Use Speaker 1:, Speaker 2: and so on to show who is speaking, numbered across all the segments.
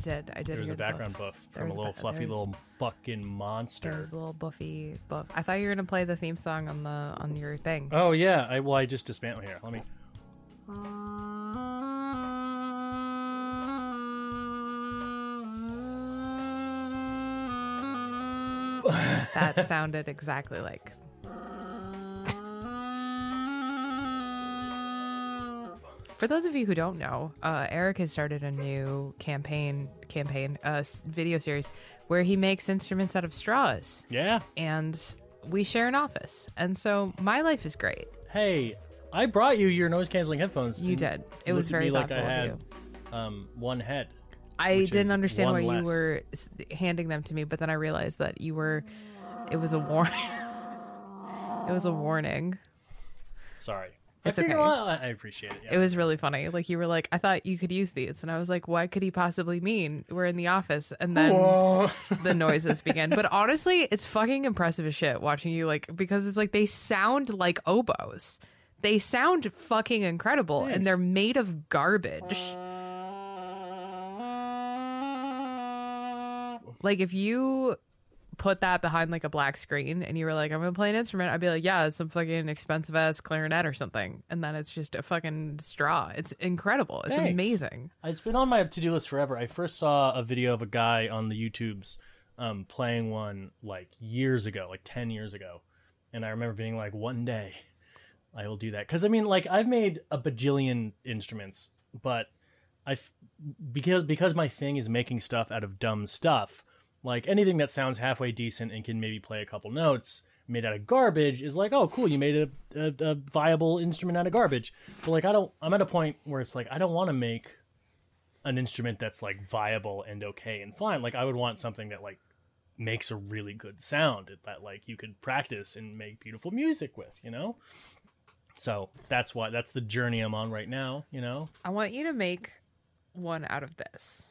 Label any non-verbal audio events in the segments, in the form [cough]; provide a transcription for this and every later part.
Speaker 1: did. I did.
Speaker 2: There was a
Speaker 1: hear the buff.
Speaker 2: background buff
Speaker 1: There
Speaker 2: from
Speaker 1: was
Speaker 2: a little
Speaker 1: ba-
Speaker 2: fluffy
Speaker 1: there's-
Speaker 2: little fucking
Speaker 1: There
Speaker 2: monster.
Speaker 1: was a little buffy buff. I thought you were gonna play the theme song on the on your thing.
Speaker 2: Oh yeah, I well I just dismantled here. Let me. [laughs]
Speaker 1: That sounded exactly like. For those of you who don't know, uh, Eric has started a new campaign campaign uh, s- video series where he makes instruments out of straws,
Speaker 2: Yeah.
Speaker 1: and we share an office. And so my life is great.
Speaker 2: Hey, I brought you your noise canceling headphones.
Speaker 1: You did. It was
Speaker 2: looked at
Speaker 1: very
Speaker 2: me like I
Speaker 1: thoughtful
Speaker 2: had
Speaker 1: of you.
Speaker 2: um one head.
Speaker 1: I
Speaker 2: which is
Speaker 1: didn't understand why
Speaker 2: one
Speaker 1: you
Speaker 2: less.
Speaker 1: were s- handing them to me, but then I realized that you were. It was a warning. [laughs] it was a warning.
Speaker 2: Sorry.
Speaker 1: It's
Speaker 2: I figured
Speaker 1: okay.
Speaker 2: out- I I appreciate it. Yeah.
Speaker 1: It was really funny. Like you were like, I thought you could use these, and I was like, why could he possibly mean we're in the office? And then [laughs] the noises began. But honestly, it's fucking impressive as shit watching you like because it's like they sound like oboes. They sound fucking incredible, and they're made of garbage. Like if you put that behind like a black screen and you were like, I'm gonna play an instrument, I'd be like, Yeah, it's some fucking expensive ass clarinet or something. And then it's just a fucking straw. It's incredible. It's
Speaker 2: Thanks.
Speaker 1: amazing.
Speaker 2: It's been on my to-do list forever. I first saw a video of a guy on the YouTubes um, playing one like years ago, like 10 years ago. And I remember being like, one day I will do that. Cuz I mean, like I've made a bajillion instruments, but I f- because because my thing is making stuff out of dumb stuff. Like anything that sounds halfway decent and can maybe play a couple notes made out of garbage is like, oh, cool, you made a, a, a viable instrument out of garbage. But like, I don't. I'm at a point where it's like I don't want to make an instrument that's like viable and okay and fine. Like I would want something that like makes a really good sound that like you could practice and make beautiful music with. You know. So that's why that's the journey I'm on right now. You know.
Speaker 1: I want you to make one out of this.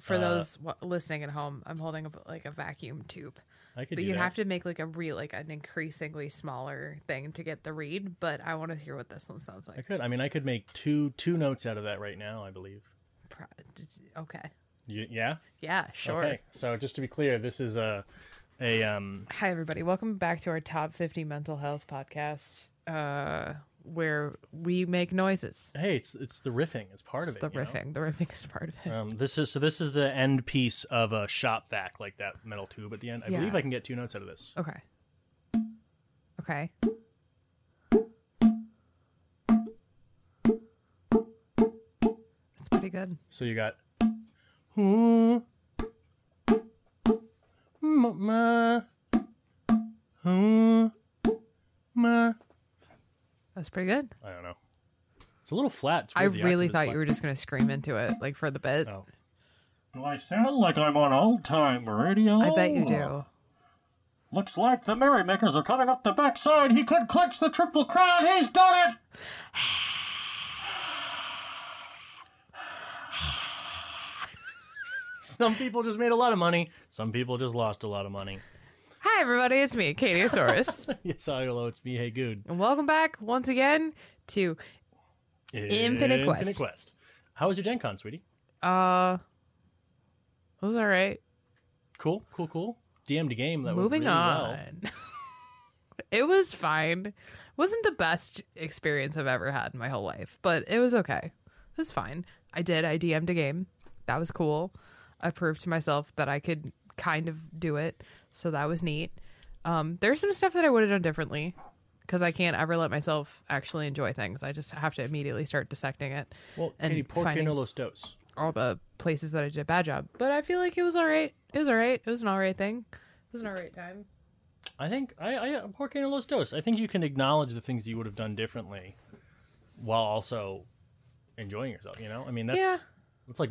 Speaker 1: For those w- listening at home, I'm holding a, like a vacuum tube,
Speaker 2: I could.
Speaker 1: but
Speaker 2: do
Speaker 1: you
Speaker 2: that.
Speaker 1: have to make like a real, like an increasingly smaller thing to get the read. But I want to hear what this one sounds
Speaker 2: I
Speaker 1: like.
Speaker 2: could. I mean, I could make two two notes out of that right now. I believe.
Speaker 1: Pro- d- d- Okay,
Speaker 2: Y- yeah.
Speaker 1: yeah, sure.
Speaker 2: Okay. So just to be clear, this is a a um.
Speaker 1: Hi, everybody. Welcome back to our top 50 mental health podcast, uh, where we make noises.
Speaker 2: Hey, it's it's the riffing. It's part of
Speaker 1: It's
Speaker 2: it.
Speaker 1: the
Speaker 2: you know?
Speaker 1: riffing. The riffing is part of it.
Speaker 2: Um, this is so. This is the end piece of a shop vac, like that metal tube at the end. I
Speaker 1: Yeah.
Speaker 2: believe I can get two notes out of this.
Speaker 1: Okay. Okay. That's pretty good.
Speaker 2: So you got. Hmm. Ma- ma. Hmm. Ma.
Speaker 1: That's pretty good.
Speaker 2: I don't know. It's a little flat. It's
Speaker 1: I
Speaker 2: weird, the
Speaker 1: really
Speaker 2: octave is
Speaker 1: thought
Speaker 2: flat.
Speaker 1: you were just going to scream into it, like for the bit.
Speaker 2: Oh.
Speaker 3: Do I sound like I'm on old time radio?
Speaker 1: I bet you
Speaker 2: Oh.
Speaker 1: do.
Speaker 3: Looks like the Merrymakers are coming up the backside. He could clutch the triple crown. He's done it!
Speaker 2: [sighs] Some people just made a lot of money. Some people just lost a lot of money. [laughs]
Speaker 1: Hi, everybody. It's me, Katie Asaurus.
Speaker 2: Yes, I hello, it's me. Hey, good.
Speaker 1: and welcome back once again to, Infinite Quest.
Speaker 2: Infinite Quest. How was your Gen Con, sweetie?
Speaker 1: uh, it was all right.
Speaker 2: Cool, cool, cool. DM'd a game that
Speaker 1: Moving
Speaker 2: went really
Speaker 1: on. [laughs]
Speaker 2: well.
Speaker 1: it was fine. Wasn't the best experience I've ever had in my whole life, but it was okay. It was fine. I did. I DM'd a game. That was cool. I proved to myself that I could kind of do it. So that was neat. Um, there's some stuff that I would have done differently because I can't ever let myself actually enjoy things. I just have to immediately start dissecting it
Speaker 2: Well,
Speaker 1: And
Speaker 2: Katie, por
Speaker 1: finding-
Speaker 2: que no los dos?
Speaker 1: all the places that I did a bad job. But I feel like it was all right. It was all right. It was an all right thing. It was an all right time.
Speaker 2: I think I, I por que no los dos. I think you can acknowledge the things you would have done differently, while also enjoying yourself. You know, I mean, that's
Speaker 1: Yeah.
Speaker 2: that's like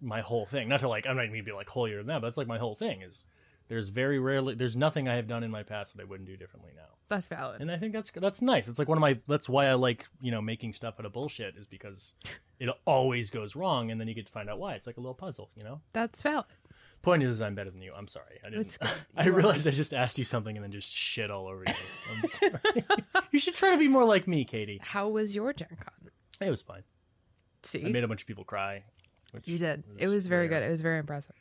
Speaker 2: my whole thing. Not to like, I'm not going to be like holier than that, but that's like my whole thing is. There's very rarely, there's nothing I have done in my past that I wouldn't do differently now.
Speaker 1: That's valid.
Speaker 2: and I think that's that's nice. It's like one of my that's why I like you know making stuff out of bullshit is because it always goes wrong, and then you get to find out why. It's like a little puzzle, you know.
Speaker 1: That's valid.
Speaker 2: Point is, I'm better than you. I'm sorry. I didn't.
Speaker 1: It's good.
Speaker 2: [laughs] I
Speaker 1: You are.
Speaker 2: realized I just asked you something and then just shit all over you.
Speaker 1: [laughs]
Speaker 2: I'm sorry. you should try to be more like me, Katie.
Speaker 1: How was your Gen Con?
Speaker 2: It was fine.
Speaker 1: See,
Speaker 2: I made a bunch of people cry. Which
Speaker 1: You did. It was very
Speaker 2: rare.
Speaker 1: good. It was very impressive.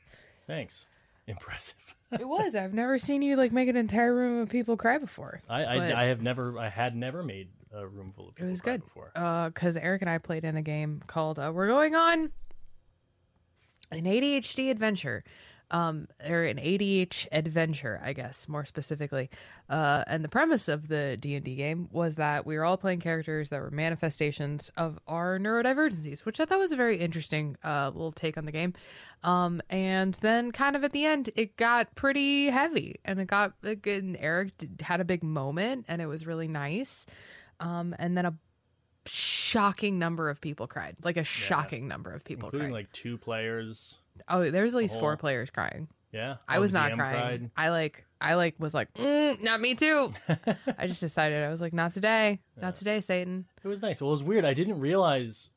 Speaker 2: Thanks. Impressive.
Speaker 1: It was. I've never seen you like make an entire room of people cry before.
Speaker 2: I,
Speaker 1: But-
Speaker 2: I I have never I had never made a room full of people
Speaker 1: It was
Speaker 2: cry
Speaker 1: good.
Speaker 2: before.
Speaker 1: Because Uh, Eric and I played in a game called uh, We're Going on an ADHD Adventure, um, or an ADH Adventure, I guess, more specifically. Uh, and the premise of the D&D game was that we were all playing characters that were manifestations of our neurodivergencies, which I thought was a very interesting uh, little take on the game. Um, and then kind of at the end, it got pretty heavy and it got, like, and Eric d- had a big moment and it was really nice. Um, and then a shocking number of people cried, like a shocking number of people
Speaker 2: Including
Speaker 1: cried.
Speaker 2: like two players.
Speaker 1: oh, there was at least four
Speaker 2: whole-
Speaker 1: players crying.
Speaker 2: Yeah.
Speaker 1: I
Speaker 2: all
Speaker 1: was
Speaker 2: the
Speaker 1: not
Speaker 2: DM
Speaker 1: crying.
Speaker 2: cried.
Speaker 1: I like, I like, was like, mm, not
Speaker 2: [laughs]
Speaker 1: me too. I just decided I was like, not today, not today, Satan.
Speaker 2: It was nice. Well, it was weird. I didn't realize.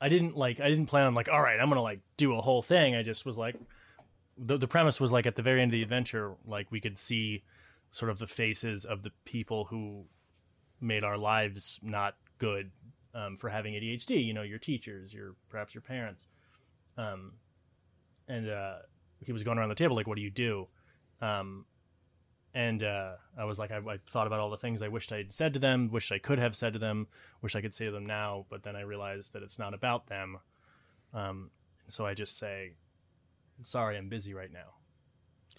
Speaker 2: I didn't like. I didn't plan on like. All right, I'm gonna like do a whole thing. I just was like, the the premise was like at the very end of the adventure, like we could see sort of the faces of the people who made our lives not good um, for having ADHD. You know, your teachers, your perhaps your parents. Um, and uh, he was going around the table like, "What do you do?" Um, and uh, I was like, I, I thought about all the things I wished I'd said to them, wished I could have said to them, wish I could say to them now, but then I realized that it's not about them. Um, so I just say, sorry, I'm busy right now.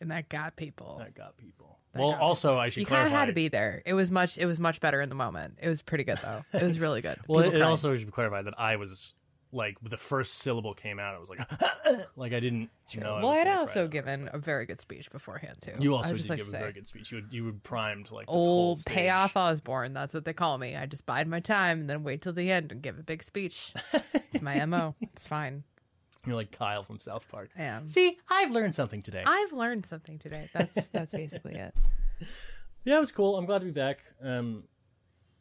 Speaker 1: And that got people.
Speaker 2: That got people.
Speaker 1: Oh. That
Speaker 2: well,
Speaker 1: got
Speaker 2: also, I should
Speaker 1: you kind
Speaker 2: clarify.
Speaker 1: of had to be there. It was much. It was much better in the moment. It was pretty good though. It was really good.
Speaker 2: Well,
Speaker 1: People
Speaker 2: it, it
Speaker 1: cried.
Speaker 2: also should be clarified that I was like, the first syllable came out, I was like, [laughs] like I didn't
Speaker 1: Sure.
Speaker 2: know. I
Speaker 1: well,
Speaker 2: was
Speaker 1: I'd
Speaker 2: gonna cry
Speaker 1: also
Speaker 2: that
Speaker 1: given a very good speech beforehand too.
Speaker 2: much. You also did
Speaker 1: I'd just
Speaker 2: give
Speaker 1: like
Speaker 2: a
Speaker 1: to say,
Speaker 2: very good speech. You would, you would primed like this whole
Speaker 1: old
Speaker 2: stage.
Speaker 1: payoff Osborne. That's what they call me. I just bide my time and then wait till the end and give a
Speaker 2: [laughs]
Speaker 1: big speech. it's my mo. It's fine.
Speaker 2: You're like Kyle from South Park.
Speaker 1: I am.
Speaker 2: See, I've learned something today.
Speaker 1: I've learned something today.
Speaker 2: [laughs]
Speaker 1: That's that's basically it.
Speaker 2: Yeah, it was cool. I'm glad to be back. Um,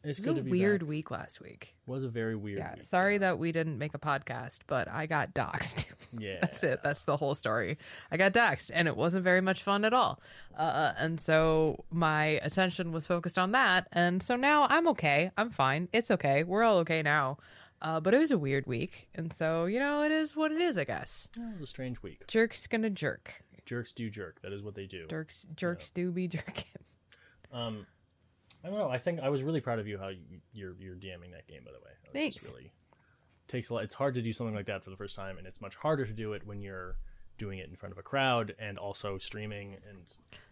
Speaker 2: it's
Speaker 1: It
Speaker 2: good
Speaker 1: was
Speaker 2: to
Speaker 1: a
Speaker 2: be
Speaker 1: weird
Speaker 2: Back.
Speaker 1: week last week.
Speaker 2: Was a very weird.
Speaker 1: Yeah.
Speaker 2: week.
Speaker 1: Sorry that we didn't make a podcast, but I got doxxed. [laughs]
Speaker 2: Yeah.
Speaker 1: That's it. That's the whole story. I got doxxed, and it wasn't very much fun at all. Uh, and so my attention was focused on that. And so now I'm okay. I'm fine. It's okay. We're all okay now. Uh, but it was a weird week, and so you know it is what it is. I guess
Speaker 2: Yeah, It was a strange week.
Speaker 1: jerks gonna jerk.
Speaker 2: Jerks do jerk. That is what they do.
Speaker 1: Jerks jerks do be jerking.
Speaker 2: Um, I don't know. I think I was really proud of you how you, you're you're DMing that game. By the way, That was just
Speaker 1: Thanks.
Speaker 2: Really takes a lot. It's hard to do something like that for the first time, and it's much harder to do it when you're doing it in front of a crowd and also streaming and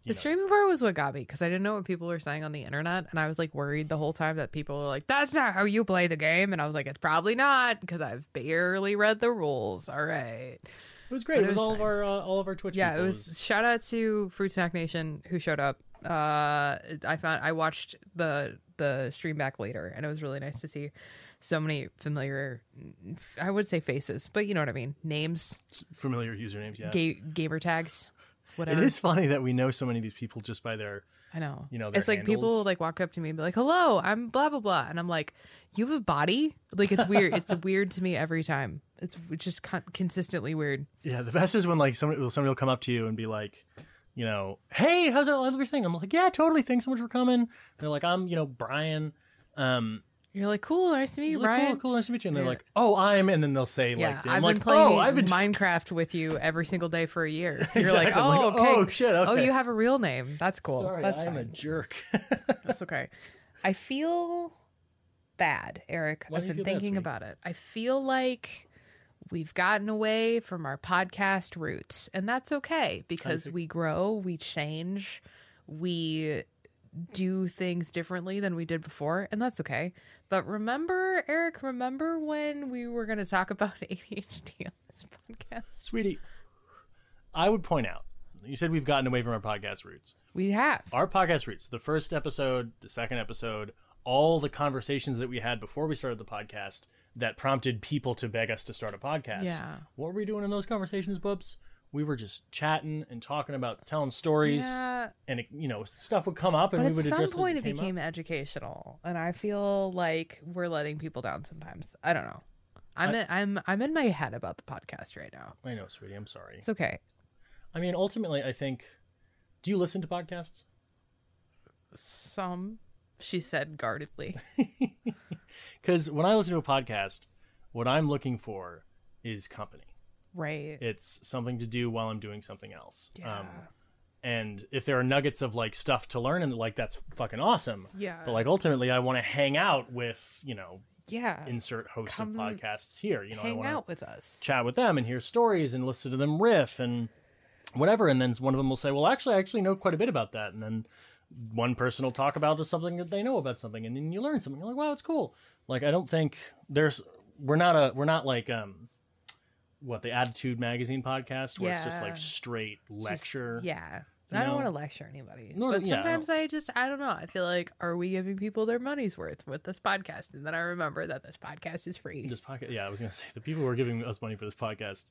Speaker 2: you
Speaker 1: The
Speaker 2: know,
Speaker 1: streaming part was what got me because I didn't know what people were saying on the internet, and I was like worried the whole time that people were like, "That's not how you play the game," and I was like, "It's probably not," because I've barely read the rules. All right,
Speaker 2: It was great.
Speaker 1: but
Speaker 2: It
Speaker 1: it
Speaker 2: was,
Speaker 1: was
Speaker 2: all of
Speaker 1: fine.
Speaker 2: our uh, all of our Twitch.
Speaker 1: yeah, it
Speaker 2: people.
Speaker 1: was. Shout out to Fruit Snack Nation who showed up. Uh, I found I watched the the stream back later, and it was really nice to see so many familiar, I would say faces, but you know what I mean, names,
Speaker 2: familiar usernames. Yeah,
Speaker 1: ga- gamer tags,
Speaker 2: it
Speaker 1: whatever.
Speaker 2: is funny that we know so many of these people just by their
Speaker 1: I know.
Speaker 2: you know,
Speaker 1: it's
Speaker 2: their
Speaker 1: like people
Speaker 2: handles.
Speaker 1: like walk up to me and be like, "Hello, I'm blah blah blah," and I'm like, "You have a body." Like
Speaker 2: [laughs]
Speaker 1: it's weird. it's weird to me every time. It's just con- consistently weird.
Speaker 2: Yeah, the best is when like somebody will somebody will come up to you and be like, you know, hey, how's it- how's everything? I'm like, yeah, totally. Thanks so much for coming. They're like, I'm you know Brian. Um,
Speaker 1: You're like, "Cool, nice to meet you,
Speaker 2: like,
Speaker 1: Brian."
Speaker 2: cool, cool, nice to meet you. And they're
Speaker 1: Yeah.
Speaker 2: like, oh, I'm, and then they'll say
Speaker 1: Yeah,
Speaker 2: like,
Speaker 1: I've
Speaker 2: I'm
Speaker 1: been
Speaker 2: like,
Speaker 1: playing
Speaker 2: oh, I've been.
Speaker 1: Minecraft with you every single day for a year. You're
Speaker 2: [laughs]
Speaker 1: like,
Speaker 2: Exactly.
Speaker 1: oh,
Speaker 2: I'm like,
Speaker 1: okay.
Speaker 2: oh, shit,
Speaker 1: Oh,
Speaker 2: okay."
Speaker 1: you have a real name. That's cool.
Speaker 2: Sorry,
Speaker 1: That's
Speaker 2: I'm a
Speaker 1: fine.
Speaker 2: jerk.
Speaker 1: That's okay. I feel bad, Eric.
Speaker 2: Why do
Speaker 1: I've
Speaker 2: you
Speaker 1: been
Speaker 2: feel bad,
Speaker 1: thinking
Speaker 2: sweetie?
Speaker 1: about it. I feel like we've gotten away from our podcast roots, and that's okay because we grow, we change, we do things differently than we did before, and that's okay. But remember, Eric, remember when we were going to talk about [laughs] ADHD on this podcast?
Speaker 2: [laughs] Sweetie, I would point out. You said we've gotten away from our podcast roots.
Speaker 1: We have.
Speaker 2: Our podcast roots, the first episode, the second episode, all the conversations that we had before we started the podcast that prompted people to beg us to start a podcast.
Speaker 1: Yeah.
Speaker 2: What were we doing in those conversations, Bubs? We were just chatting and talking about telling stories,
Speaker 1: Yeah.
Speaker 2: and it, you know stuff would come up, and
Speaker 1: But
Speaker 2: we
Speaker 1: at
Speaker 2: would
Speaker 1: some
Speaker 2: address
Speaker 1: point,
Speaker 2: it, as
Speaker 1: it
Speaker 2: it came
Speaker 1: became
Speaker 2: up.
Speaker 1: educational, and I feel like we're letting people down sometimes. I don't know. I'm I, am i I'm I'm in my head about the podcast right now.
Speaker 2: I know, sweetie. I'm sorry.
Speaker 1: It's okay.
Speaker 2: I mean, ultimately, I think. Do you listen to podcasts?
Speaker 1: Some, she said guardedly.
Speaker 2: Because when I listen to a podcast, what I'm looking for is company.
Speaker 1: [laughs] Right.
Speaker 2: It's something to do while I'm doing something else. Um,
Speaker 1: yeah.
Speaker 2: and if there are nuggets of like stuff to learn and like that's fucking awesome.
Speaker 1: yeah.
Speaker 2: But like ultimately, I want to hang out with you know
Speaker 1: yeah.
Speaker 2: insert hosts of
Speaker 1: Come
Speaker 2: podcasts here. You know, I
Speaker 1: Hang
Speaker 2: want to
Speaker 1: out with us.
Speaker 2: chat with them and hear stories and listen to them riff and whatever. And then one of them will say, "Well, actually, I actually know quite a bit about that." And then one person will talk about just something that they know about something, and then you learn something. You're like, "Wow, it's cool." Like I don't think there's we're not a we're not like um what the Attitude Magazine podcast where it's just
Speaker 1: Yeah.
Speaker 2: like straight
Speaker 1: Just-
Speaker 2: lecture.
Speaker 1: yeah.
Speaker 2: you
Speaker 1: I don't
Speaker 2: know?
Speaker 1: want to lecture anybody.
Speaker 2: Nor-
Speaker 1: but
Speaker 2: yeah, I don't-
Speaker 1: sometimes I just, I don't know. I feel like, are we giving people their money's worth with this podcast? And then I remember that this podcast is free.
Speaker 2: This podcast, yeah, I was gonna say the people who are giving us money for this podcast,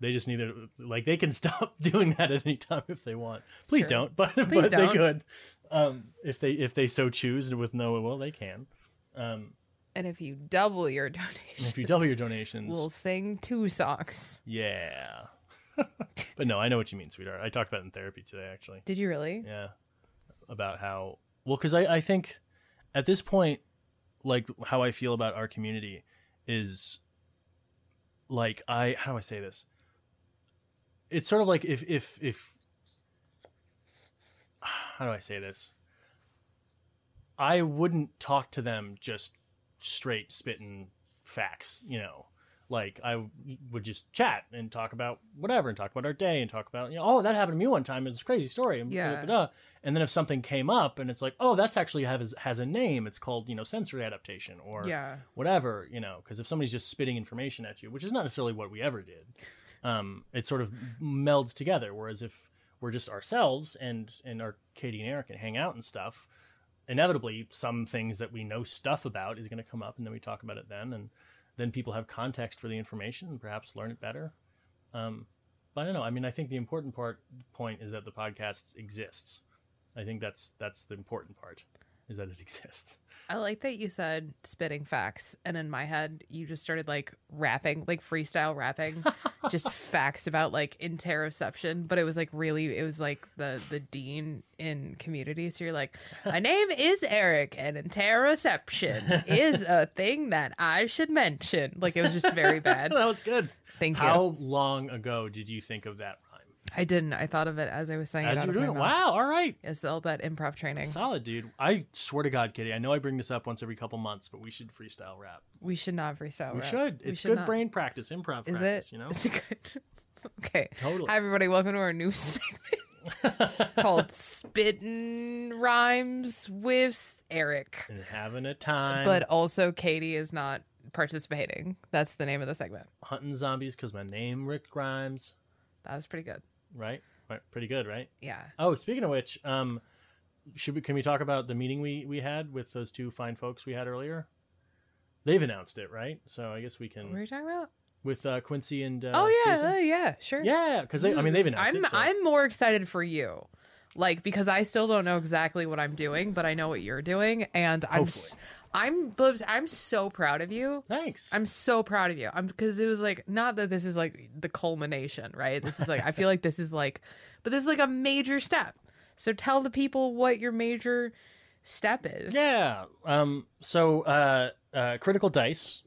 Speaker 2: they just need to like they can [laughs] stop doing that at any time if they want. Please
Speaker 1: Sure.
Speaker 2: don't, [laughs] but
Speaker 1: Please
Speaker 2: but
Speaker 1: don't.
Speaker 2: they could, um, if they if they so choose and with no well they can. Um,
Speaker 1: and if you double your [laughs] donation,
Speaker 2: and if you double your donations,
Speaker 1: [laughs] we'll sing two songs.
Speaker 2: yeah. [laughs] but no, I know what you mean, sweetheart. I talked about it in therapy today, actually.
Speaker 1: Did you really?
Speaker 2: yeah about how well because I, I think at this point like how i feel about our community is like i how do i say this it's sort of like if if if [sighs] how do i say this i wouldn't talk to them just straight spitting facts you know like I w- would just chat and talk about whatever and talk about our day and talk about you know oh that happened to me one time it's a crazy story and,
Speaker 1: Yeah.
Speaker 2: blah, blah, blah. and then if something came up and it's like oh that's actually has has a name it's called you know sensory adaptation or
Speaker 1: Yeah.
Speaker 2: whatever you know because if somebody's just spitting information at you which is not necessarily what we ever did um it sort of melds together whereas if we're just ourselves and and our Katie and Eric and hang out and stuff inevitably some things that we know stuff about is going to come up and then we talk about it then and then people have context for the information and perhaps learn it better um, but i don't know i mean i think the important part point is that the podcast exists i think that's that's the important part is that it [laughs] exists
Speaker 1: I like that you said spitting facts, and in my head, you just started like rapping, like freestyle [laughs] rapping, just facts about like interoception. But it was like really, it was like the the dean in community. So you're like, [laughs] my name is Eric, and interoception is a thing that I should mention. Like it was just very [laughs] bad.
Speaker 2: that was good
Speaker 1: Thank you.
Speaker 2: how long ago did you think of that rhyme
Speaker 1: I didn't. I thought of it as I was saying it.
Speaker 2: as
Speaker 1: out
Speaker 2: you were
Speaker 1: of my
Speaker 2: doing it
Speaker 1: mouth.
Speaker 2: wow all right
Speaker 1: It's all that improv training.
Speaker 2: solid dude i swear to god kitty i know i bring this up once every couple months but we should freestyle rap
Speaker 1: We should not freestyle.
Speaker 2: we
Speaker 1: Oh, rap.
Speaker 2: should
Speaker 1: We
Speaker 2: it's
Speaker 1: should
Speaker 2: good
Speaker 1: not.
Speaker 2: brain practice improv
Speaker 1: Is
Speaker 2: practice
Speaker 1: it?
Speaker 2: you know
Speaker 1: Is it good? [laughs] okay.
Speaker 2: [laughs] Totally. [laughs]
Speaker 1: Hi everybody, welcome to our new [laughs] segment called Spittin' Rhymes with Eric.
Speaker 2: and having a time
Speaker 1: But also Katie is not participating. That's the name of the segment.
Speaker 2: hunting zombies because my name Rick Grimes,
Speaker 1: That was pretty good.
Speaker 2: right? right? Pretty good, right?
Speaker 1: Yeah.
Speaker 2: Oh, speaking of which, um, should we can we talk about the meeting we we had with those two fine folks we had earlier? They've announced it, right? So I guess we
Speaker 1: What were
Speaker 2: can
Speaker 1: you talking about?
Speaker 2: with uh, Quincy and Mm. uh,
Speaker 1: oh yeah,
Speaker 2: Jason?
Speaker 1: uh, yeah, sure.
Speaker 2: yeah, because they I mean they've announced
Speaker 1: Hmm, I'm
Speaker 2: it. so-
Speaker 1: I'm more excited for you. Like because I still don't know exactly what I'm doing, but I know what you're doing and I'm s- I'm Bubs, I'm so proud of you.
Speaker 2: Thanks.
Speaker 1: I'm so proud of you. I'm because it was like not that this is like the culmination, right? This is like I feel like this is like, but this is like a major step. So tell the people what your major step is.
Speaker 2: Yeah. Um, so uh, uh, Critical Dice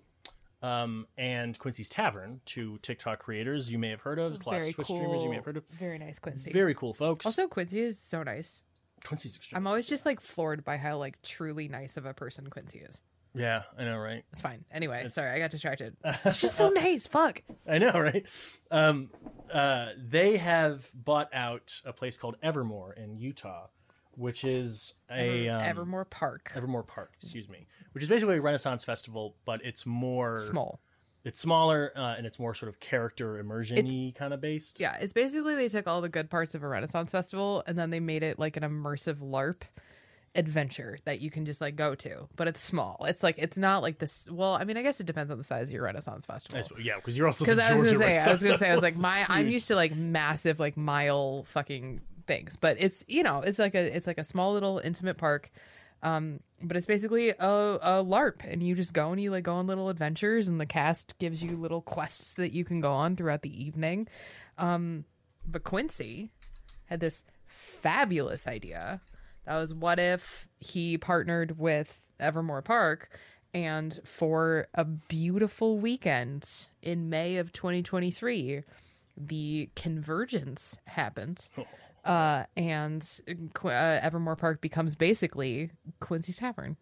Speaker 2: um, and Quincy's Tavern, two TikTok creators you may have heard of,
Speaker 1: very
Speaker 2: class Twitch streamers you may have
Speaker 1: cool.
Speaker 2: heard of.
Speaker 1: Very nice, Quincy.
Speaker 2: Very cool folks.
Speaker 1: also, Quincy is so nice.
Speaker 2: Quincy's extremely
Speaker 1: I'm always just like floored by how like truly nice of a person Quincy is.
Speaker 2: Yeah, I know, right?
Speaker 1: It's fine. Anyway, sorry, I
Speaker 2: [laughs]
Speaker 1: got distracted. She's just so nice. Fuck.
Speaker 2: I know, [laughs] right? Um, uh, they have bought out a place called Evermore in Utah, which is a um,
Speaker 1: Evermore Park.
Speaker 2: Evermore Park, excuse me, which is basically a Renaissance festival, but it's more
Speaker 1: Small.
Speaker 2: It's smaller uh, and it's more sort of character immersion-y kind of based.
Speaker 1: Yeah, it's basically they took all the good parts of a Renaissance festival and then they made it like an immersive LARP adventure that you can just like go to, but it's small. It's like it's not like this. Well, I mean, I guess it depends on the size of your Renaissance festival.
Speaker 2: I suppose- yeah, because you're also
Speaker 1: Because
Speaker 2: the
Speaker 1: I was gonna
Speaker 2: Georgia
Speaker 1: say, I was
Speaker 2: Renaissance
Speaker 1: gonna say, I was like,
Speaker 2: Festival.
Speaker 1: my I'm
Speaker 2: Huge.
Speaker 1: used to like massive like mile fucking things, but it's you know it's like a it's like a small little intimate park. Um, but it's basically a, a LARP, and you just go and you like go on little adventures, and the cast gives you little quests that you can go on throughout the evening. Um, but Quincy had this fabulous idea. That was what if he partnered with Evermore Park and for a beautiful weekend in May of 2023, the convergence happened.
Speaker 2: Oh.
Speaker 1: Uh, and Qu- uh, Evermore Park becomes basically Quincy's Tavern.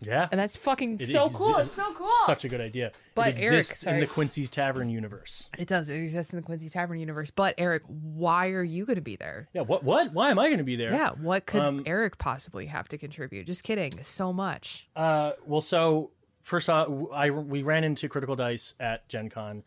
Speaker 2: Yeah.
Speaker 1: And that's fucking
Speaker 2: It
Speaker 1: so cool.
Speaker 2: exists.
Speaker 1: It's so cool.
Speaker 2: Such a good idea.
Speaker 1: But,
Speaker 2: it
Speaker 1: Eric,
Speaker 2: exists
Speaker 1: sorry.
Speaker 2: in the Quincy's Tavern universe.
Speaker 1: It does. It exists in the Quincy Tavern universe. But Eric, why are you going to be there?
Speaker 2: Yeah. What? What? Why am I going to be there?
Speaker 1: Yeah. What could
Speaker 2: Um,
Speaker 1: Eric possibly have to contribute? Just kidding. So much. [laughs]
Speaker 2: Uh, well, so first off, I we ran into Critical Dice at Gen Con,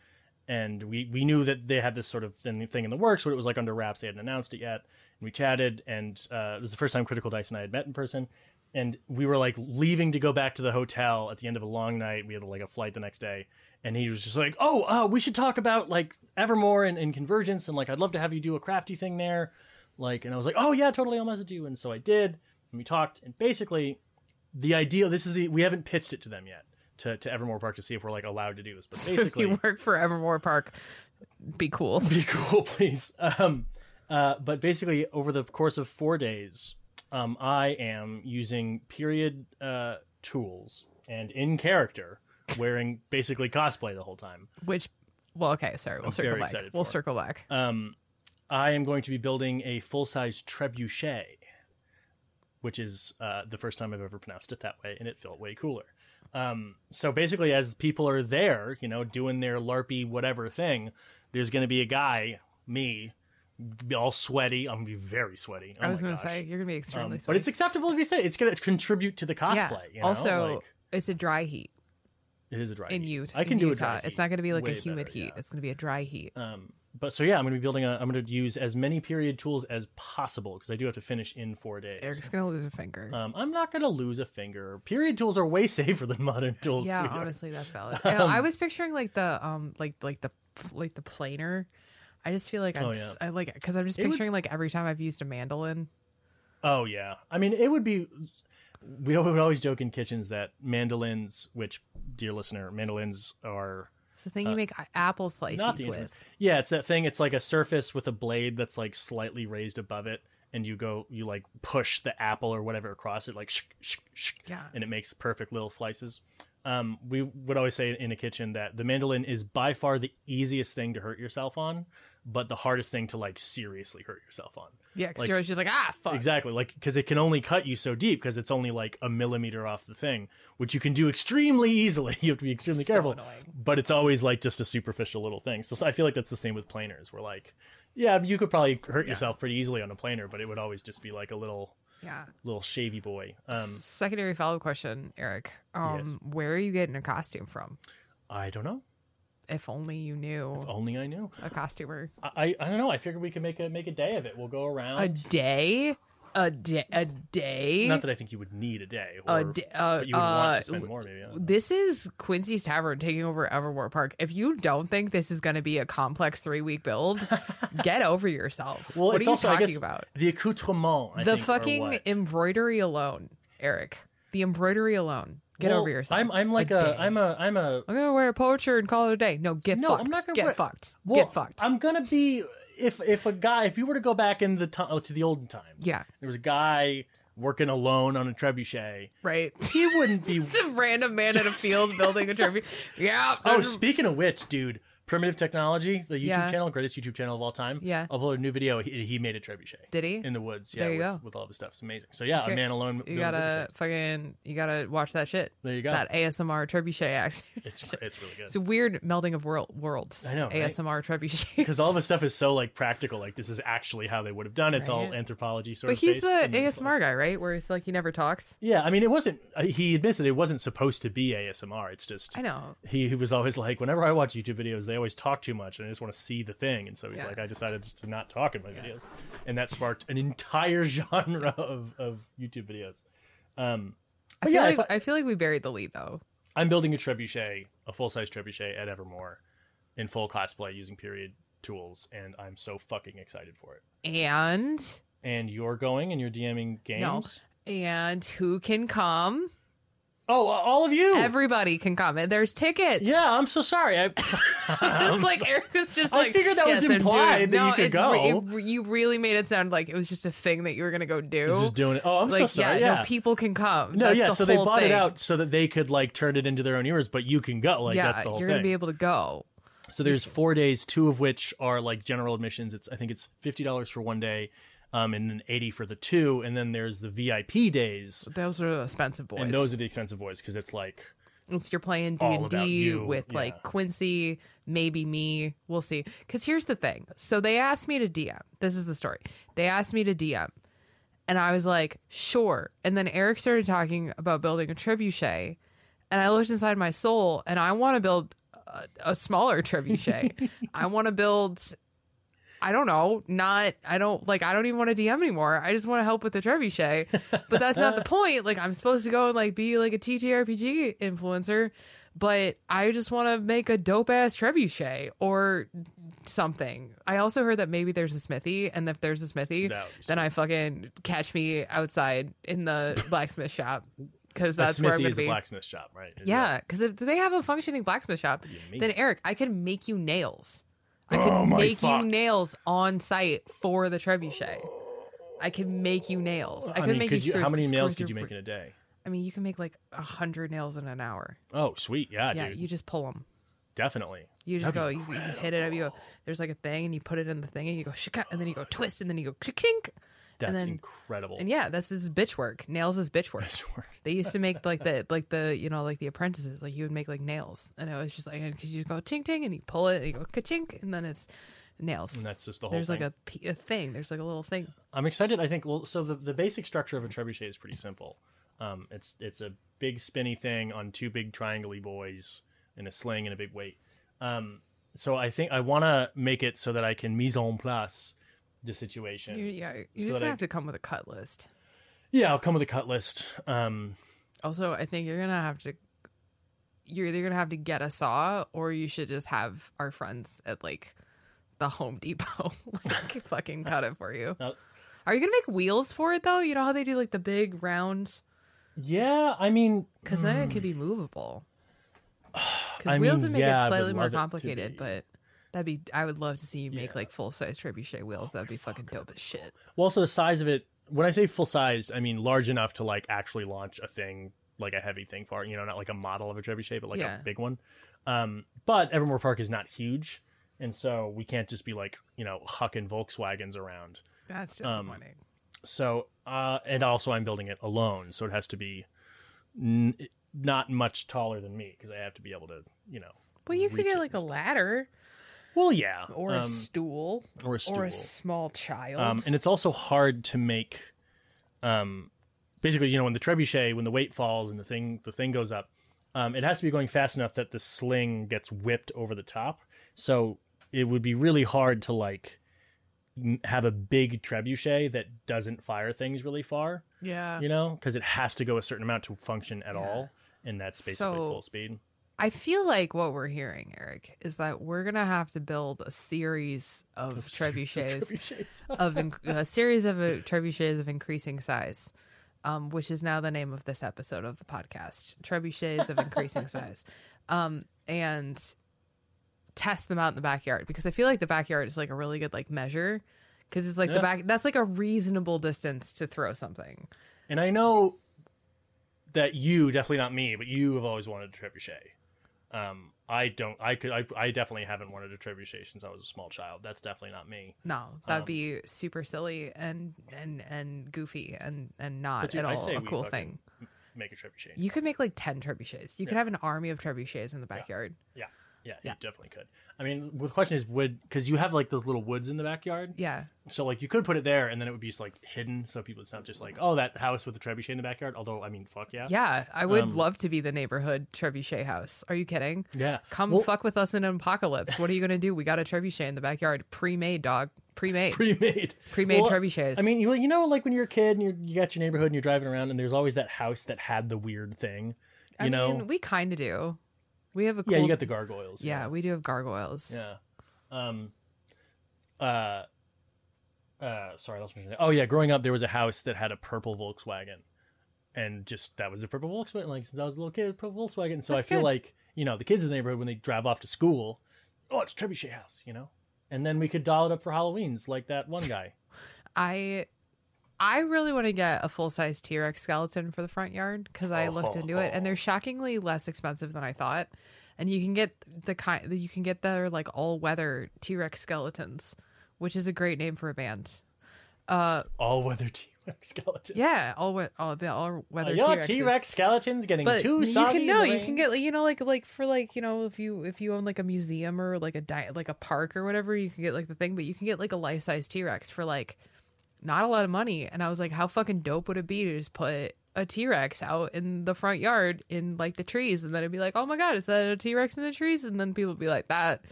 Speaker 2: and we we knew that they had this sort of thing, thing in the works, but it was like under wraps. They hadn't announced it yet. And we chatted, and uh, this is the first time Critical Dice and I had met in person. And we were like leaving to go back to the hotel at the end of a long night. We had like a flight the next day, and he was just like, "Oh, uh, we should talk about like Evermore and, and Convergence, and like I'd love to have you do a crafty thing there." Like, and I was like, "Oh yeah, totally, I'll message you." And so I did, and we talked, and basically the idea this is the we haven't pitched it to them yet to, to evermore park to see if we're like allowed to do [laughs] this but
Speaker 1: If
Speaker 2: basically
Speaker 1: you work for Evermore Park, be cool.
Speaker 2: be cool please um uh but basically over the course of four days um i am using period uh tools and in character wearing basically cosplay the whole time
Speaker 1: Which, well, okay. Sorry. We'll circle
Speaker 2: very
Speaker 1: back.
Speaker 2: excited
Speaker 1: We'll
Speaker 2: for it.
Speaker 1: circle back.
Speaker 2: um i am going to be building a full-size trebuchet which is uh, the first time I've ever pronounced it that way, and it felt way cooler. Um, so basically, as people are there, you know, doing their LARPy whatever thing, there's going to be a guy, me, be all sweaty. I'm going to be very sweaty. Oh
Speaker 1: I was
Speaker 2: my
Speaker 1: going to
Speaker 2: gosh.
Speaker 1: say, you're going to be
Speaker 2: Um,
Speaker 1: extremely
Speaker 2: but
Speaker 1: sweaty.
Speaker 2: it's acceptable to be said. It's going to contribute to the cosplay.
Speaker 1: yeah.
Speaker 2: you know?
Speaker 1: also,
Speaker 2: Like,
Speaker 1: it's a dry heat
Speaker 2: it is a dry
Speaker 1: in
Speaker 2: heat.
Speaker 1: Utah.
Speaker 2: I can
Speaker 1: in
Speaker 2: do a
Speaker 1: Utah.
Speaker 2: dry
Speaker 1: It's
Speaker 2: heat
Speaker 1: not going to be like a
Speaker 2: way
Speaker 1: humid
Speaker 2: better,
Speaker 1: heat.
Speaker 2: yeah.
Speaker 1: It's going to be a dry heat.
Speaker 2: Um, but so yeah, I'm going to be building a. I'm going to use as many period tools as possible because I do have to finish in four days.
Speaker 1: Eric's going to lose a finger.
Speaker 2: Um, I'm not gonna lose a finger. Period tools are way [laughs] safer than modern tools.
Speaker 1: yeah,
Speaker 2: sweetheart.
Speaker 1: honestly, that's
Speaker 2: [laughs]
Speaker 1: valid. I-
Speaker 2: Um,
Speaker 1: I was picturing like the um, like like the like the planer. I just feel like I'm,
Speaker 2: Oh,
Speaker 1: s- I like because I'm just
Speaker 2: It would-
Speaker 1: picturing like every time I've used a mandolin.
Speaker 2: Oh yeah. I mean, it would be. We al- would always joke in kitchens that mandolins, which, dear listener, mandolins are
Speaker 1: It's the thing you make a- apple slices
Speaker 2: Uh, not the
Speaker 1: with.
Speaker 2: instruments. Yeah, it's that thing. It's like a surface with a blade that's like slightly raised above it, and you go, you like push the apple or whatever across it, like shk, shk, shk,
Speaker 1: Yeah.
Speaker 2: and it makes perfect little slices. Um, we would always say in a kitchen that the mandolin is by far the easiest thing to hurt yourself on, but the hardest thing to like seriously hurt yourself on.
Speaker 1: Yeah, because
Speaker 2: Like-
Speaker 1: you're always just like ah fuck.
Speaker 2: Exactly, like because it can only cut you so deep because it's only like a millimeter off the thing, which you can do extremely easily. [laughs] You have to be extremely
Speaker 1: So
Speaker 2: careful,
Speaker 1: annoying.
Speaker 2: but it's always like just a superficial little thing. So, so I feel like that's the same with planers. We're like, yeah, you could probably hurt yourself pretty easily on a planer, but it would always just be like a little
Speaker 1: Yeah.
Speaker 2: little shavy boy. Um,
Speaker 1: Secondary follow up question, Eric. Um, where are you getting a costume from?
Speaker 2: I don't know.
Speaker 1: If only you knew
Speaker 2: If only I knew.
Speaker 1: a costumer.
Speaker 2: I, I I don't know. I figured we could make a make a day of it. We'll go around.
Speaker 1: A day, a day, a day.
Speaker 2: Not that I think you would need a day, or
Speaker 1: A d- uh,
Speaker 2: but you would want
Speaker 1: uh,
Speaker 2: to spend more. Maybe I don't know.
Speaker 1: this is Quincy's Tavern taking over Evermore Park. If you don't think this is going to be a complex three week
Speaker 2: [laughs]
Speaker 1: build, get over yourself.
Speaker 2: Well,
Speaker 1: what are
Speaker 2: it's
Speaker 1: you
Speaker 2: also, I
Speaker 1: talking
Speaker 2: guess,
Speaker 1: about?
Speaker 2: The accoutrement. I
Speaker 1: the
Speaker 2: think, are
Speaker 1: fucking
Speaker 2: what-
Speaker 1: embroidery alone, Eric. The embroidery alone. Get
Speaker 2: Well,
Speaker 1: over yourself.
Speaker 2: I'm I'm like a
Speaker 1: day.
Speaker 2: I'm a I'm a
Speaker 1: I'm gonna wear a poacher and call it a day. No, get
Speaker 2: No,
Speaker 1: fucked.
Speaker 2: I'm not gonna
Speaker 1: get
Speaker 2: wear-
Speaker 1: fucked.
Speaker 2: well,
Speaker 1: get fucked.
Speaker 2: I'm gonna be if if a guy if you were to go back in the time to the olden times.
Speaker 1: Yeah.
Speaker 2: there was a guy working alone on a trebuchet.
Speaker 1: right. [laughs]
Speaker 2: He wouldn't [laughs] be.
Speaker 1: Just a random man in a
Speaker 2: [laughs]
Speaker 1: field building a trophy. Yeah.
Speaker 2: oh,
Speaker 1: there's-
Speaker 2: speaking of which, dude, primitive technology, the YouTube
Speaker 1: Yeah.
Speaker 2: channel, greatest YouTube channel of all time.
Speaker 1: Yeah.
Speaker 2: uploaded a new video. He, he made a trebuchet.
Speaker 1: [laughs] Did he?
Speaker 2: in the woods? Yeah,
Speaker 1: There you
Speaker 2: with,
Speaker 1: go.
Speaker 2: with all of his stuff. It's amazing. So yeah, a
Speaker 1: great.
Speaker 2: man alone.
Speaker 1: you
Speaker 2: building a
Speaker 1: gotta fucking you gotta watch that shit.
Speaker 2: There you go.
Speaker 1: That ASMR trebuchet axe. [laughs]
Speaker 2: trebuchet. It's gr- it's really good.
Speaker 1: It's a weird melding of world, worlds.
Speaker 2: I know, right?
Speaker 1: ASMR trebuchet.
Speaker 2: because all this stuff is so like practical. Like this is actually how they would have done. it. It's all
Speaker 1: Right.
Speaker 2: anthropology sort
Speaker 1: [laughs] But
Speaker 2: of.
Speaker 1: he's
Speaker 2: based,
Speaker 1: the
Speaker 2: and it's like-
Speaker 1: ASMR guy, right? Where it's like he never talks.
Speaker 2: yeah, I mean, it wasn't. uh, He admits that it wasn't supposed to be ASMR. It's just
Speaker 1: I know.
Speaker 2: he, he was always like, whenever I watch YouTube videos, they always talk too much, and I just want to see the thing. And so he's
Speaker 1: Yeah.
Speaker 2: like, I decided just to not talk in my videos, and that sparked an entire [laughs] genre of of YouTube videos. Um,
Speaker 1: I
Speaker 2: but
Speaker 1: feel
Speaker 2: yeah,
Speaker 1: like
Speaker 2: if I-
Speaker 1: I feel like we buried the lead though.
Speaker 2: I'm building a trebuchet, a full size trebuchet at Evermore, in full cosplay using period tools, and I'm so fucking excited for it.
Speaker 1: And
Speaker 2: and you're going and you're DMing games.
Speaker 1: and who can come?
Speaker 2: Oh, uh, all of you.
Speaker 1: Everybody can comment. There's tickets.
Speaker 2: yeah, I'm so sorry. I, [laughs] I'm
Speaker 1: [laughs]
Speaker 2: [laughs]
Speaker 1: It's like Eric was just
Speaker 2: I
Speaker 1: like.
Speaker 2: figured that was
Speaker 1: "Yes, I'm doing
Speaker 2: implied
Speaker 1: it."
Speaker 2: that
Speaker 1: no,
Speaker 2: you could
Speaker 1: it,
Speaker 2: go.
Speaker 1: It, you really made it sound like it was just a thing that you were gonna go do.
Speaker 2: just doing it. Oh, I'm
Speaker 1: like
Speaker 2: so sorry.
Speaker 1: yeah,
Speaker 2: Yeah.
Speaker 1: no people can come.
Speaker 2: No,
Speaker 1: That's
Speaker 2: yeah.
Speaker 1: the
Speaker 2: so they
Speaker 1: whole
Speaker 2: bought
Speaker 1: thing.
Speaker 2: it out so that they could like turn it into their own ears, but you can go. Like
Speaker 1: yeah,
Speaker 2: that's the whole
Speaker 1: you're
Speaker 2: thing.
Speaker 1: gonna be able to go.
Speaker 2: So there's four days, two of which are like general admissions. It's I think it's fifty dollars for one day, um, and then eighty for the two, and then there's the VIP days,
Speaker 1: Those are the expensive boys.
Speaker 2: and those are the expensive boys because it's like
Speaker 1: Once you're playing D
Speaker 2: all
Speaker 1: and
Speaker 2: about
Speaker 1: D
Speaker 2: you,
Speaker 1: with
Speaker 2: yeah.
Speaker 1: like Quincy, maybe me. We'll see. Because here's the thing. So they asked me to DM. This is the story. They asked me to DM, and I was like, sure. And then Eric started talking about building a trebuchet, and I looked inside my soul, and I want to build a, a
Speaker 2: [laughs]
Speaker 1: smaller trebuchet. I want to build. I don't know. Not. I don't like. I don't even want to DM anymore. I just want to help with the trebuchet. But
Speaker 2: [laughs]
Speaker 1: that's not the point. Like I'm supposed to go and like be like a TTRPG influencer, but I just want to make a dope ass trebuchet or something. I also heard that maybe there's a smithy, and if there's a smithy,
Speaker 2: No,
Speaker 1: then I fucking catch me outside in the blacksmith shop because
Speaker 2: a
Speaker 1: that's where I'm
Speaker 2: Smithy
Speaker 1: gonna
Speaker 2: is a
Speaker 1: be.
Speaker 2: blacksmith shop, right? Is
Speaker 1: Yeah, because if they have a functioning blacksmith shop,
Speaker 2: amazing.
Speaker 1: then Eric, I can make you nails. I can
Speaker 2: Oh my
Speaker 1: make
Speaker 2: fuck.
Speaker 1: you nails on site for the trebuchet. I can make you nails.
Speaker 2: that-
Speaker 1: I
Speaker 2: I
Speaker 1: can
Speaker 2: mean,
Speaker 1: make
Speaker 2: could
Speaker 1: you,
Speaker 2: you,
Speaker 1: screws,
Speaker 2: how many nails
Speaker 1: screws
Speaker 2: could you
Speaker 1: your
Speaker 2: make
Speaker 1: fr-
Speaker 2: in a day?
Speaker 1: I mean, you can make like a hundred nails in an hour.
Speaker 2: Oh, sweet, yeah,
Speaker 1: yeah,
Speaker 2: dude,
Speaker 1: you just pull them.
Speaker 2: definitely.
Speaker 1: You just
Speaker 2: That'd be
Speaker 1: go, you, you hit it up. You go, there's like a thing, and you put it in the thing, and you go shika, and then you go twist, and then you go kink,
Speaker 2: That's
Speaker 1: then-
Speaker 2: incredible.
Speaker 1: and yeah, that's this bitch work. Nails is bitch work.
Speaker 2: [laughs] Sure.
Speaker 1: They used to make like the like the you know like the apprentices like you would make like nails and it was just like because you go ting ting and you pull it and you go ka chink and then it's nails.
Speaker 2: And that's just the whole
Speaker 1: There's
Speaker 2: thing.
Speaker 1: like a, p- a thing. There's like a little thing.
Speaker 2: I'm excited. I think. Well, so the, the basic structure of a trebuchet is pretty simple. Um, it's it's a big spinny thing on two big triangle boys and a sling and a big weight. Um, so I think I want to make it so that I can mise en place the situation.
Speaker 1: You, yeah,
Speaker 2: S-
Speaker 1: you
Speaker 2: so
Speaker 1: just
Speaker 2: that I-
Speaker 1: have to come with a cut list.
Speaker 2: Yeah, I'll come with a cut list. Um,
Speaker 1: Also, I think you're gonna have to. You're either gonna have to get a saw or you should just have our friends at like the Home Depot [laughs] like fucking cut it
Speaker 2: [laughs]
Speaker 1: for you.
Speaker 2: Uh,
Speaker 1: Are you gonna make wheels for it though? You know how they do like the big round.
Speaker 2: yeah, I mean,
Speaker 1: Because
Speaker 2: [sighs]
Speaker 1: then it could
Speaker 2: Mm.
Speaker 1: be movable.
Speaker 2: I
Speaker 1: Because wheels
Speaker 2: mean,
Speaker 1: would make
Speaker 2: yeah, I
Speaker 1: it slightly
Speaker 2: would
Speaker 1: more
Speaker 2: love it to
Speaker 1: complicated,
Speaker 2: be-
Speaker 1: but that'd be. I would love to see you make
Speaker 2: Yeah.
Speaker 1: like full size trebuchet wheels. that'd be fucking dope as shit.
Speaker 2: Well, also the size of it. When I say full size, I mean large enough to like actually launch a thing, like a heavy thing far. You know, not like a model of a trebuchet, but like
Speaker 1: Yeah.
Speaker 2: a big one. Um, but Evermore Park is not huge, and so we can't just be like you know hucking Volkswagens around.
Speaker 1: That's
Speaker 2: Um, So uh, and also I'm building it alone, so it has to be n- not much taller than me because I have to be able to you know.
Speaker 1: well, you could
Speaker 2: reach
Speaker 1: get
Speaker 2: it
Speaker 1: like a
Speaker 2: and stuff.
Speaker 1: ladder
Speaker 2: Well, yeah,
Speaker 1: or a
Speaker 2: um,
Speaker 1: stool
Speaker 2: or a stool.
Speaker 1: or a small child.
Speaker 2: Um, and it's also hard to make. Um, basically, you know, when the trebuchet, when the weight falls and the thing the thing goes up, um, it has to be going fast enough that the sling gets whipped over the top. So it would be really hard to like m- have a big trebuchet that doesn't fire things really far,
Speaker 1: yeah,
Speaker 2: you know, because it has to go a certain amount to function at
Speaker 1: Yeah.
Speaker 2: all, and that's basically
Speaker 1: So-
Speaker 2: full speed.
Speaker 1: I feel like what we're hearing, Eric, is that we're gonna have to build a series of,
Speaker 2: [laughs]
Speaker 1: trebuchets
Speaker 2: Trebuchets.
Speaker 1: of inc- a series of uh, trebuchets of increasing size, um, which is now the name of this episode of the podcast, trebuchets of increasing size,
Speaker 2: [laughs]
Speaker 1: um, and test them out in the backyard because I feel like the backyard is like a really good like measure because it's like
Speaker 2: Yeah.
Speaker 1: the back that's like a reasonable distance to throw something.
Speaker 2: And I know that you, definitely not me, but you have always wanted a trebuchet. Um, I don't. I could. I, I definitely haven't wanted a trebuchet since I was a small child. That's definitely not me.
Speaker 1: No, that'd
Speaker 2: Um,
Speaker 1: be super silly and and and goofy and and not
Speaker 2: dude,
Speaker 1: at
Speaker 2: I
Speaker 1: all
Speaker 2: say
Speaker 1: a
Speaker 2: we
Speaker 1: cool
Speaker 2: fucking-
Speaker 1: thing.
Speaker 2: Make a trebuchet.
Speaker 1: You could make like ten trebuchets. You could have an army of trebuchets in the backyard.
Speaker 2: yeah, yeah,
Speaker 1: Yeah.
Speaker 2: You definitely could. I mean, the question is, would because you have like those little woods in the backyard.
Speaker 1: Yeah.
Speaker 2: So like you could put it there, and then it would be just, like hidden, so people it's not just like oh that house with the trebuchet in the backyard. Although I mean, fuck yeah,
Speaker 1: Yeah, I would
Speaker 2: Um,
Speaker 1: love to be the neighborhood trebuchet house. Are you kidding?
Speaker 2: yeah.
Speaker 1: Come
Speaker 2: Well,
Speaker 1: fuck with us in an apocalypse. What are you gonna do? We got a trebuchet in the backyard, pre-made dog,
Speaker 2: [laughs]
Speaker 1: pre-made,
Speaker 2: pre-made
Speaker 1: pre-made
Speaker 2: Well,
Speaker 1: trebuchets.
Speaker 2: I mean, you, you know, like when you're a kid and you're, you got your neighborhood and you're driving around, and there's always that house that had the weird thing. You
Speaker 1: I
Speaker 2: know,
Speaker 1: mean, we kind of do. We have a cool,
Speaker 2: yeah, you got the gargoyles.
Speaker 1: yeah, we do have gargoyles.
Speaker 2: yeah. Um, uh, uh, sorry, I lost my. train of- Oh yeah, growing up there was a house that had a purple Volkswagen, and just that was a purple Volkswagen. Like since I was a little kid, purple Volkswagen. So
Speaker 1: That's
Speaker 2: I feel
Speaker 1: good.
Speaker 2: like you know the kids in the neighborhood when they drive off to school, oh, it's Trebuchet House, you know. And then we could doll it up for Halloween's, like that one guy.
Speaker 1: [laughs] I I really want to get a full size T Rex skeleton for the front yard because I looked into it and they're shockingly less expensive than I thought. And you can get the kind you can get their like all weather T Rex skeletons, which is a great name for a band. Uh,
Speaker 2: All weather T
Speaker 1: [laughs]
Speaker 2: Rex skeleton.
Speaker 1: yeah, all we- all the all weather
Speaker 2: your T Rex skeleton's getting
Speaker 1: But
Speaker 2: too
Speaker 1: you
Speaker 2: soggy.
Speaker 1: can
Speaker 2: in
Speaker 1: no,
Speaker 2: the
Speaker 1: you
Speaker 2: rain.
Speaker 1: can get like, you know like like for like you know if you if you own like a museum or like a diet like a park or whatever, you can get like the thing, but you can get like a life size T Rex for like not a lot of money. And I was like, how fucking dope would it be to just put a T Rex out in the front yard in like the trees, and then it'd be like, oh my god, is that a T Rex in the trees? And then people would be like, that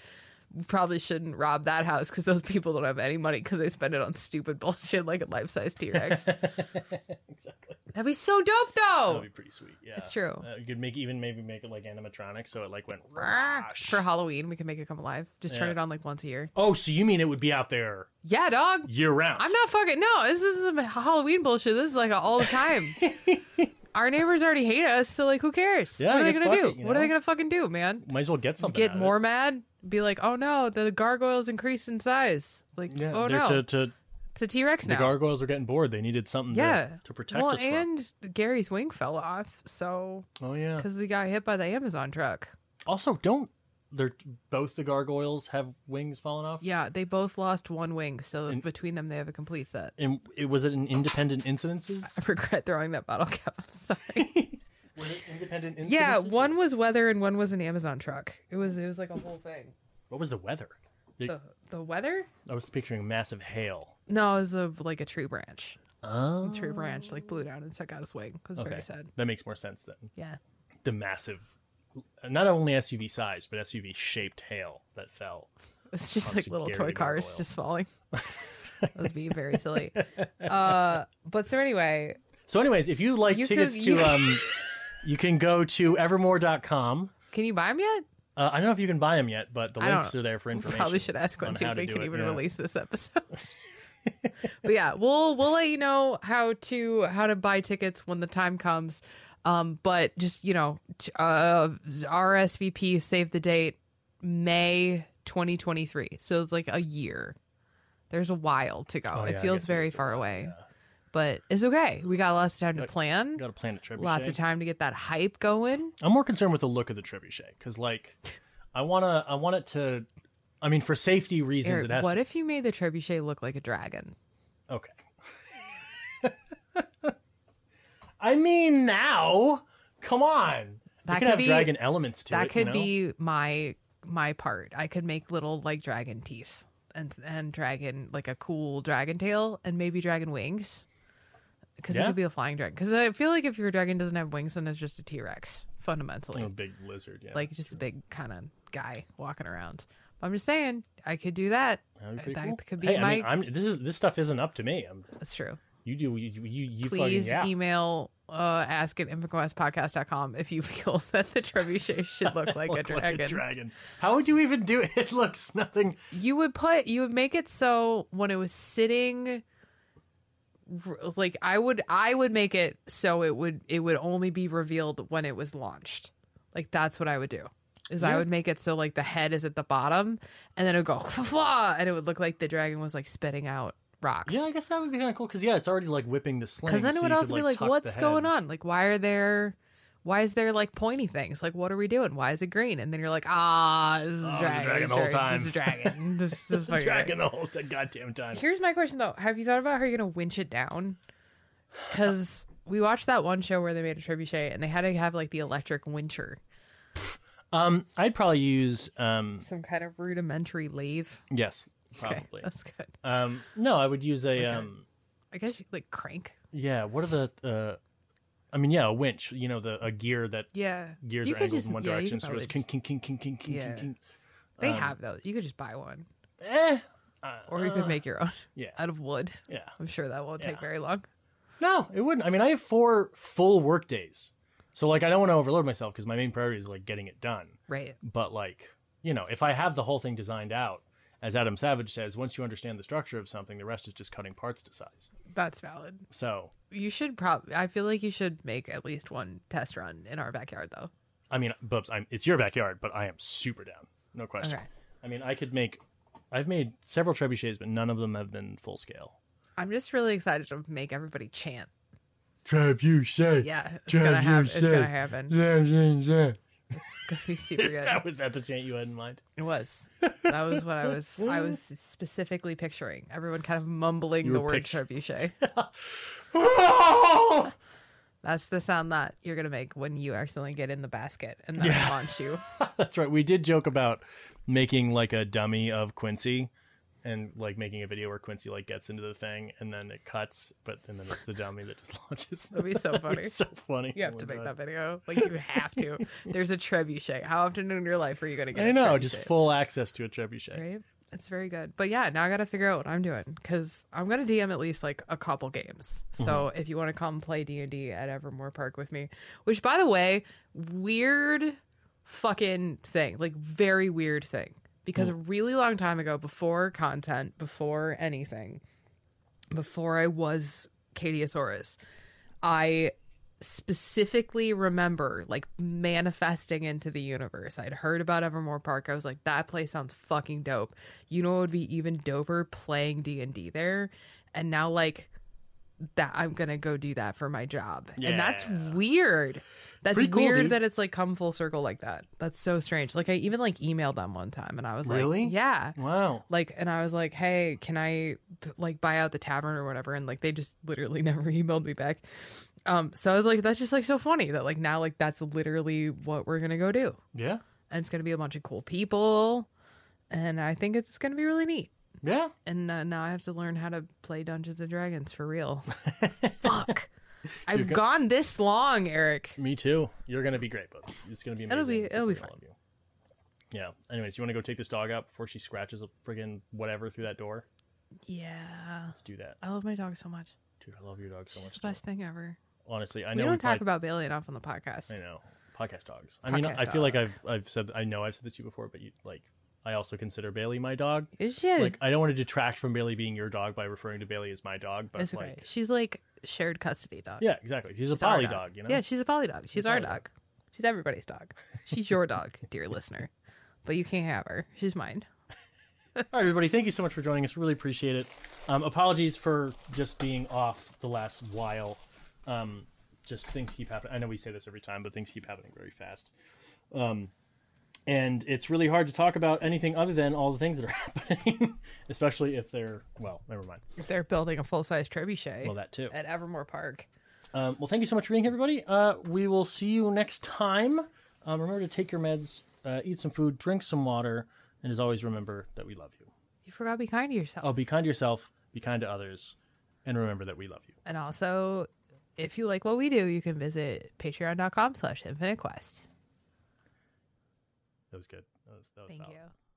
Speaker 1: we probably shouldn't rob that house because those people don't have any money because they spend it on stupid [laughs] bullshit like a life size T Rex.
Speaker 2: [laughs] exactly.
Speaker 1: That'd be so dope
Speaker 2: That'd
Speaker 1: though.
Speaker 2: be pretty sweet. Yeah,
Speaker 1: It's true.
Speaker 2: Uh, you could make even maybe make it like animatronic, so it like went. "Rash."
Speaker 1: For Halloween, we can make it come alive. Just turn
Speaker 2: Yeah.
Speaker 1: it on like once a year.
Speaker 2: Oh, so you mean it would be out there
Speaker 1: Yeah, dog.
Speaker 2: year round?
Speaker 1: I'm not fucking. No, this is some Halloween bullshit. This is like a, all
Speaker 2: [laughs]
Speaker 1: the time. Our neighbors already hate us, so like, who cares?
Speaker 2: Yeah,
Speaker 1: what are
Speaker 2: I
Speaker 1: they
Speaker 2: guess
Speaker 1: gonna do?
Speaker 2: fuck it, you
Speaker 1: What are they
Speaker 2: know?
Speaker 1: gonna fucking do, man?
Speaker 2: Might as well get something. out
Speaker 1: Get
Speaker 2: of
Speaker 1: more
Speaker 2: it.
Speaker 1: mad? Be like, oh no, the gargoyles increased in size. Like,
Speaker 2: Yeah,
Speaker 1: oh
Speaker 2: they're
Speaker 1: no,
Speaker 2: to, to
Speaker 1: it's a T Rex
Speaker 2: the
Speaker 1: now.
Speaker 2: gargoyles were getting bored. They needed something
Speaker 1: Yeah.
Speaker 2: to, to protect
Speaker 1: well,
Speaker 2: us
Speaker 1: and Gary's wing fell off, so
Speaker 2: from. Oh yeah.
Speaker 1: because he got hit by the Amazon truck.
Speaker 2: Also, don't they're both the gargoyles have wings falling off?
Speaker 1: Yeah, they both lost one wing, so
Speaker 2: And-
Speaker 1: between them, they have a complete set. [laughs]
Speaker 2: And it was it in independent incidences?
Speaker 1: regret throwing that bottle cap. I'm sorry.
Speaker 2: Were it independent incidences?
Speaker 1: yeah, one was weather and one was an Amazon truck. It was it was like a whole thing.
Speaker 2: What was the weather?
Speaker 1: The the weather?
Speaker 2: I was picturing massive hail.
Speaker 1: No, it was a, like a tree branch.
Speaker 2: Oh.
Speaker 1: A tree branch like blew down and took out its wing. It was
Speaker 2: Okay.
Speaker 1: very sad.
Speaker 2: That makes more sense then.
Speaker 1: Yeah. [laughs]
Speaker 2: The massive, not only SUV size, but SUV shaped hail that fell.
Speaker 1: It's just
Speaker 2: Bunch
Speaker 1: like
Speaker 2: of
Speaker 1: little toy
Speaker 2: Gary
Speaker 1: cars
Speaker 2: Margoyle. [laughs]
Speaker 1: just falling. that was being very silly. Uh, but so anyway,
Speaker 2: So, anyways, if you like
Speaker 1: You could-
Speaker 2: tickets
Speaker 1: you-
Speaker 2: to,
Speaker 1: [laughs]
Speaker 2: um, you can go to evermore.com.
Speaker 1: can you buy them yet?
Speaker 2: Uh, I don't know if you can buy them yet, but the
Speaker 1: I don't
Speaker 2: links
Speaker 1: know. [laughs]
Speaker 2: are there for
Speaker 1: We
Speaker 2: information.
Speaker 1: Probably should ask
Speaker 2: on
Speaker 1: Quincy
Speaker 2: how
Speaker 1: if
Speaker 2: to
Speaker 1: we
Speaker 2: do
Speaker 1: can
Speaker 2: it,
Speaker 1: even
Speaker 2: yeah.
Speaker 1: release this episode.
Speaker 2: [laughs]
Speaker 1: but yeah, we'll we'll let you know how to how to buy tickets when the time comes. Um, but just you know, t- uh, RSVP save the date May 2023. So it's like a year. There's a while to go.
Speaker 2: Oh, yeah,
Speaker 1: it
Speaker 2: I
Speaker 1: feels
Speaker 2: guess it
Speaker 1: very
Speaker 2: is a
Speaker 1: far away, but it's okay. We got lots of time to plan.
Speaker 2: Got to plan a trebuchet.
Speaker 1: Lots of time to get that hype going.
Speaker 2: I'm more concerned with the look of the trebuchet because, like, I wanna, I want it to. I mean, for safety reasons,
Speaker 1: Eric,
Speaker 2: it has
Speaker 1: what
Speaker 2: to.
Speaker 1: if you made the trebuchet look like a dragon?
Speaker 2: okay. [laughs] I mean, now, come on. we
Speaker 1: That could
Speaker 2: could have
Speaker 1: be-
Speaker 2: dragon elements to
Speaker 1: that
Speaker 2: it.
Speaker 1: could
Speaker 2: you know?
Speaker 1: be my my part i could make little like dragon teeth and and dragon like a cool dragon tail and maybe dragon wings because it
Speaker 2: Yeah.
Speaker 1: could be a flying dragon because i feel like if your dragon doesn't have wings then it's just a t-rex fundamentally
Speaker 2: a big lizard. Oh, Yeah,
Speaker 1: like just a big kind of guy walking around but i'm just saying i could do that
Speaker 2: That'd be pretty
Speaker 1: that
Speaker 2: cool.
Speaker 1: could be
Speaker 2: Hey,
Speaker 1: my-
Speaker 2: I mean, I'm, this is this stuff isn't up to me. I'm,
Speaker 1: that's true
Speaker 2: you do you you, you
Speaker 1: please
Speaker 2: fucking yeah. [laughs]
Speaker 1: email uh ask at infowestpodcast.com if you [laughs] feel that the trebuchet should look like, a,
Speaker 2: [laughs] Look
Speaker 1: dragon.
Speaker 2: dragon. How would you even do it? [laughs] It looks nothing.
Speaker 1: you would put you would make it so when it was sitting r- like i would i would make it so it would it would only be revealed when it was launched like that's what i would do is i
Speaker 2: Yeah.
Speaker 1: would make it so like the head is at the bottom and then it would go [laughs] and it would look like the dragon was like spitting out rocks
Speaker 2: Yeah, I guess that would be kind of cool because yeah, it's already like whipping the sling.
Speaker 1: because then
Speaker 2: so
Speaker 1: it would
Speaker 2: you could,
Speaker 1: also be like
Speaker 2: tuck the
Speaker 1: what's going
Speaker 2: head. [laughs]
Speaker 1: on like why are there why is there like pointy things? Like, what are we doing? Why is it green? And then you're like, ah, this is
Speaker 2: Oh,
Speaker 1: a
Speaker 2: it's a
Speaker 1: dragon.
Speaker 2: dragon the whole time.
Speaker 1: This is a dragon. This,
Speaker 2: [laughs]
Speaker 1: this is fucking
Speaker 2: Dragon the whole t- goddamn time.
Speaker 1: Here's my question though: Have you thought about how you're gonna winch it down? Because we watched that one show where they made a trebuchet and they had to have like the electric wincher,
Speaker 2: Um, I'd probably use um,
Speaker 1: some kind of rudimentary lathe.
Speaker 2: yes,
Speaker 1: Okay,
Speaker 2: probably.
Speaker 1: that's good.
Speaker 2: um, no, I would use a um,
Speaker 1: I guess you, like crank.
Speaker 2: yeah. What are the uh, I mean, yeah, a winch. You know, the a gear that
Speaker 1: Yeah,
Speaker 2: gears
Speaker 1: You
Speaker 2: are
Speaker 1: could
Speaker 2: angled
Speaker 1: just-
Speaker 2: in one
Speaker 1: yeah, you
Speaker 2: direction.
Speaker 1: could
Speaker 2: So it's
Speaker 1: probably
Speaker 2: king, king, king, king, king, king,
Speaker 1: Yeah.
Speaker 2: king, king.
Speaker 1: they
Speaker 2: Um,
Speaker 1: have those. You could just buy one,
Speaker 2: Eh. Uh,
Speaker 1: or you could make your own
Speaker 2: [laughs] yeah.
Speaker 1: out of wood.
Speaker 2: yeah.
Speaker 1: I'm sure that won't take
Speaker 2: Yeah.
Speaker 1: very long.
Speaker 2: No, it wouldn't. I mean, I have four full work days, so like I don't want to overload myself because my main priority is like getting it done.
Speaker 1: Right.
Speaker 2: But like, you know, if I have the whole thing designed out as Adam Savage says, once you understand the structure of something, the rest is just cutting parts to size.
Speaker 1: That's valid.
Speaker 2: So,
Speaker 1: You should probably. I feel like you should make at least one test run in our backyard, though.
Speaker 2: I mean, Bubs, I'm, it's your backyard, but I am super down. No question.
Speaker 1: Okay.
Speaker 2: I mean, I could make, I've made several trebuchets, but none of them have been full scale. [laughs]
Speaker 1: I'm just really excited to make everybody chant.
Speaker 2: Trebuchet.
Speaker 1: Yeah, it's
Speaker 2: Jeff,
Speaker 1: gonna
Speaker 2: you
Speaker 1: happen. It's gonna
Speaker 2: said-
Speaker 1: happen.
Speaker 2: Yeah, yeah, yeah.
Speaker 1: It's gonna
Speaker 2: [laughs]
Speaker 1: be super good.
Speaker 2: That was that the chant you had in
Speaker 1: [laughs]
Speaker 2: mind? [laughs]
Speaker 1: It was. That was what I was. I was specifically picturing everyone kind of mumbling
Speaker 2: You
Speaker 1: the
Speaker 2: were
Speaker 1: word
Speaker 2: pictu-
Speaker 1: trebuchet. That's the sound that you're gonna make when you accidentally get in the basket and then
Speaker 2: Yeah.
Speaker 1: launch you.
Speaker 2: That's right. We did joke about making like a dummy of Quincy and like making a video where Quincy like gets into the thing and then it cuts, but and then it's the dummy that just [laughs] launches.
Speaker 1: That'd be so
Speaker 2: That'd
Speaker 1: funny.
Speaker 2: be so funny.
Speaker 1: You have
Speaker 2: Oh
Speaker 1: to
Speaker 2: my
Speaker 1: make
Speaker 2: God.
Speaker 1: that video. Like you have to.
Speaker 2: [laughs]
Speaker 1: There's a trebuchet. How often in your life are you gonna get?
Speaker 2: I
Speaker 1: a
Speaker 2: know,
Speaker 1: trebuchet?
Speaker 2: just full access to a trebuchet.
Speaker 1: right. It's very good. But yeah, now I gotta figure out what I'm doing because I'm gonna DM at least like a couple games. So if you want to come play D and D at Evermore Park with me, which by the way, weird fucking thing, like very weird thing, because a really long time ago, before content, before anything, before I was Cadiosaurus, I specifically remember like manifesting into the universe. I'd heard about Evermore Park. I was like, that place sounds fucking dope. You know what would be even doper playing D and D there? And now like that I'm gonna go do that for my job. And that's
Speaker 2: Yeah.
Speaker 1: weird. That's
Speaker 2: Pretty cool,
Speaker 1: weird
Speaker 2: dude.
Speaker 1: that it's like come full circle like that. That's so strange. Like I even like emailed them one time and I was
Speaker 2: Really?
Speaker 1: like, yeah
Speaker 2: Wow.
Speaker 1: like and i was like hey can i p- like buy out the tavern or whatever and like they just literally [laughs] never emailed me back um so i was like that's just like so funny that like now like that's literally what we're gonna go do
Speaker 2: Yeah.
Speaker 1: and it's gonna be a bunch of cool people and i think it's gonna be really neat
Speaker 2: Yeah.
Speaker 1: and uh, now i have to learn how to play dungeons and dragons for real
Speaker 2: [laughs]
Speaker 1: fuck i've
Speaker 2: go-
Speaker 1: gone this long eric
Speaker 2: Me too. You're gonna be great, but it's gonna be amazing.
Speaker 1: It'll be- it'll be
Speaker 2: for all
Speaker 1: fine.
Speaker 2: of you. Yeah. Anyways, you want to go take this dog out before she scratches a friggin' whatever through that door?
Speaker 1: yeah
Speaker 2: Let's do that,
Speaker 1: i love my dog so much
Speaker 2: dude. I love your dog so
Speaker 1: she's
Speaker 2: much.
Speaker 1: the
Speaker 2: too.
Speaker 1: best thing ever
Speaker 2: Honestly, I
Speaker 1: we
Speaker 2: know
Speaker 1: don't
Speaker 2: we
Speaker 1: talk
Speaker 2: probably-
Speaker 1: about bailey enough on the podcast
Speaker 2: I know. Podcast dogs. I mean,
Speaker 1: Podcast
Speaker 2: I feel like
Speaker 1: dog.
Speaker 2: I've I've said I know I've said this to you before, but you like I also consider Bailey my dog.
Speaker 1: is she
Speaker 2: Like I don't want to detract from Bailey being your dog by referring to Bailey as my dog, but
Speaker 1: It's okay.
Speaker 2: like
Speaker 1: she's like shared custody dog.
Speaker 2: Yeah, exactly. She's,
Speaker 1: She's
Speaker 2: a
Speaker 1: our
Speaker 2: poly dog, you know?
Speaker 1: Yeah, she's a poly dog. She's, our
Speaker 2: poly
Speaker 1: dog.
Speaker 2: dog.
Speaker 1: She's everybody's dog. She's
Speaker 2: [laughs]
Speaker 1: your dog, dear listener. But you can't have her. She's mine.
Speaker 2: All right, everybody, thank you so much for joining us. Really appreciate it. Um, apologies for just being off the last while. Um, just things keep happening. I know we say this every time, but things keep happening very fast. Um, and it's really hard to talk about anything other than all the things that are [laughs] happening, especially if they're, well, never mind.
Speaker 1: They're building a full size trebuchet
Speaker 2: Well, that too.
Speaker 1: at Evermore Park.
Speaker 2: Um, well, thank you so much for being here, everybody. Uh, we will see you next time. Um, remember to take your meds, uh, eat some food, drink some water, and as always, remember that we love you.
Speaker 1: You forgot to be kind to yourself.
Speaker 2: Oh, be kind to yourself, be kind to others, and remember that we love you.
Speaker 1: And also, if you like what we do, you can visit patreon.com slash infinite quest.
Speaker 2: That was good. That was, that was
Speaker 1: Thank
Speaker 2: solid.
Speaker 1: you.